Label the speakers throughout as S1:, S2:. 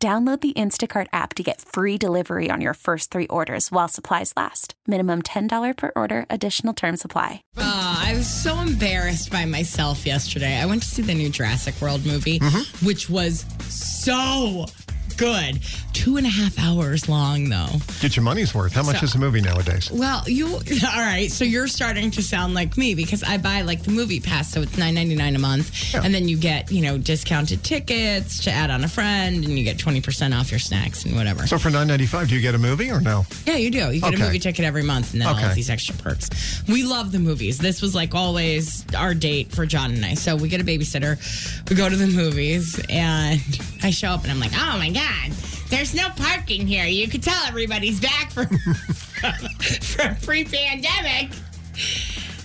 S1: Download the Instacart app to get free delivery on your first three orders while supplies last. Minimum $10 per order, additional term supply.
S2: Uh, I was so embarrassed by myself yesterday. I went to see the new Jurassic World movie, which was so good. Two and a half hours long, though.
S3: Get your money's worth. How much is a movie nowadays?
S2: Well, you all right? So you're starting to sound like me because I buy like the movie pass, so it's nine ninety nine a month, and then you get you know discounted tickets to add on a friend, and you get twenty percent off your snacks and whatever.
S3: So for nine ninety five, do you get a movie or no?
S2: Yeah, you do. You get
S3: Okay.
S2: a movie ticket every month and then all
S3: Okay.
S2: of these extra perks. We love the movies. This was like always our date for John and I. So we get a babysitter, we go to the movies, and I show up and I'm like, oh my God, there's no parking here. You could tell everybody's back from, from pre pandemic.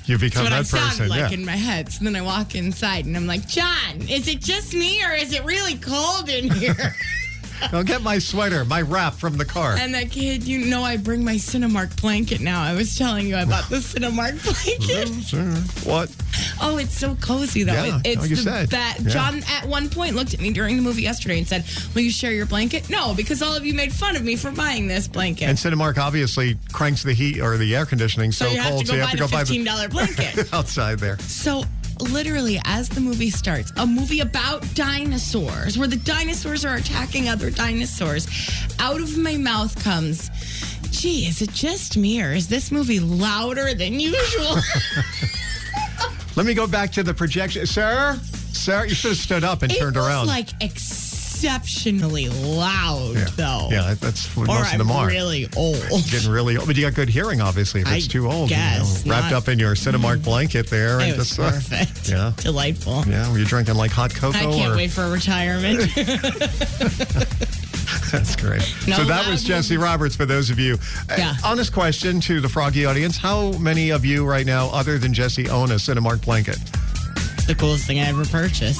S3: You
S2: That's
S3: become
S2: what I
S3: that person.
S2: sound like
S3: yeah.
S2: in my head. So then I walk inside and I'm like, John, is it just me or is it really cold in here?
S3: I'll get my sweater, my wrap from the car.
S2: And that kid, you know, I bring my Cinemark blanket now. I was telling you I bought the Cinemark blanket.
S3: Sure. What?
S2: Oh, it's so cozy though.
S3: Yeah,
S2: It- it's
S3: like you
S2: the
S3: said.
S2: that
S3: Yeah.
S2: John at one point looked at me during the movie yesterday and said, "Will you share your blanket?" No, because all of you made fun of me for buying this blanket.
S3: And Cinemark obviously cranks the heat or the air conditioning so,
S2: so you have
S3: cold,
S2: to go
S3: so you
S2: buy
S3: have to
S2: the
S3: go buy
S2: fifteen
S3: the
S2: dollar blanket.
S3: outside there.
S2: so literally, as the movie starts, a movie about dinosaurs, where the dinosaurs are attacking other dinosaurs, out of my mouth comes. Gee, is it just me or is this movie louder than usual?
S3: Let me go back to the projection, sir. Sir, you should have stood up and
S2: It
S3: turned
S2: was
S3: around.
S2: like exceptionally loud,
S3: yeah.
S2: though.
S3: yeah, that- that's what
S2: or
S3: most
S2: I'm
S3: of them are.
S2: really old.
S3: Getting really old, but you got good hearing, obviously. If
S2: I
S3: it's too old,
S2: guess
S3: you know, wrapped
S2: not. Mm.
S3: up in your Cinemark blanket there,
S2: It
S3: and
S2: was
S3: just uh,
S2: perfect.
S3: yeah.
S2: Delightful.
S3: yeah, were you drinking like hot cocoa?
S2: I can't
S3: or-
S2: wait for retirement.
S3: That's great.
S2: No
S3: so that
S2: loud
S3: was Jesse Roberts for those of you. Uh,
S2: Yeah.
S3: honest question to the Froggy audience: How many of you right now, other than Jesse, own a Cinemark blanket?
S2: the coolest thing I ever purchased.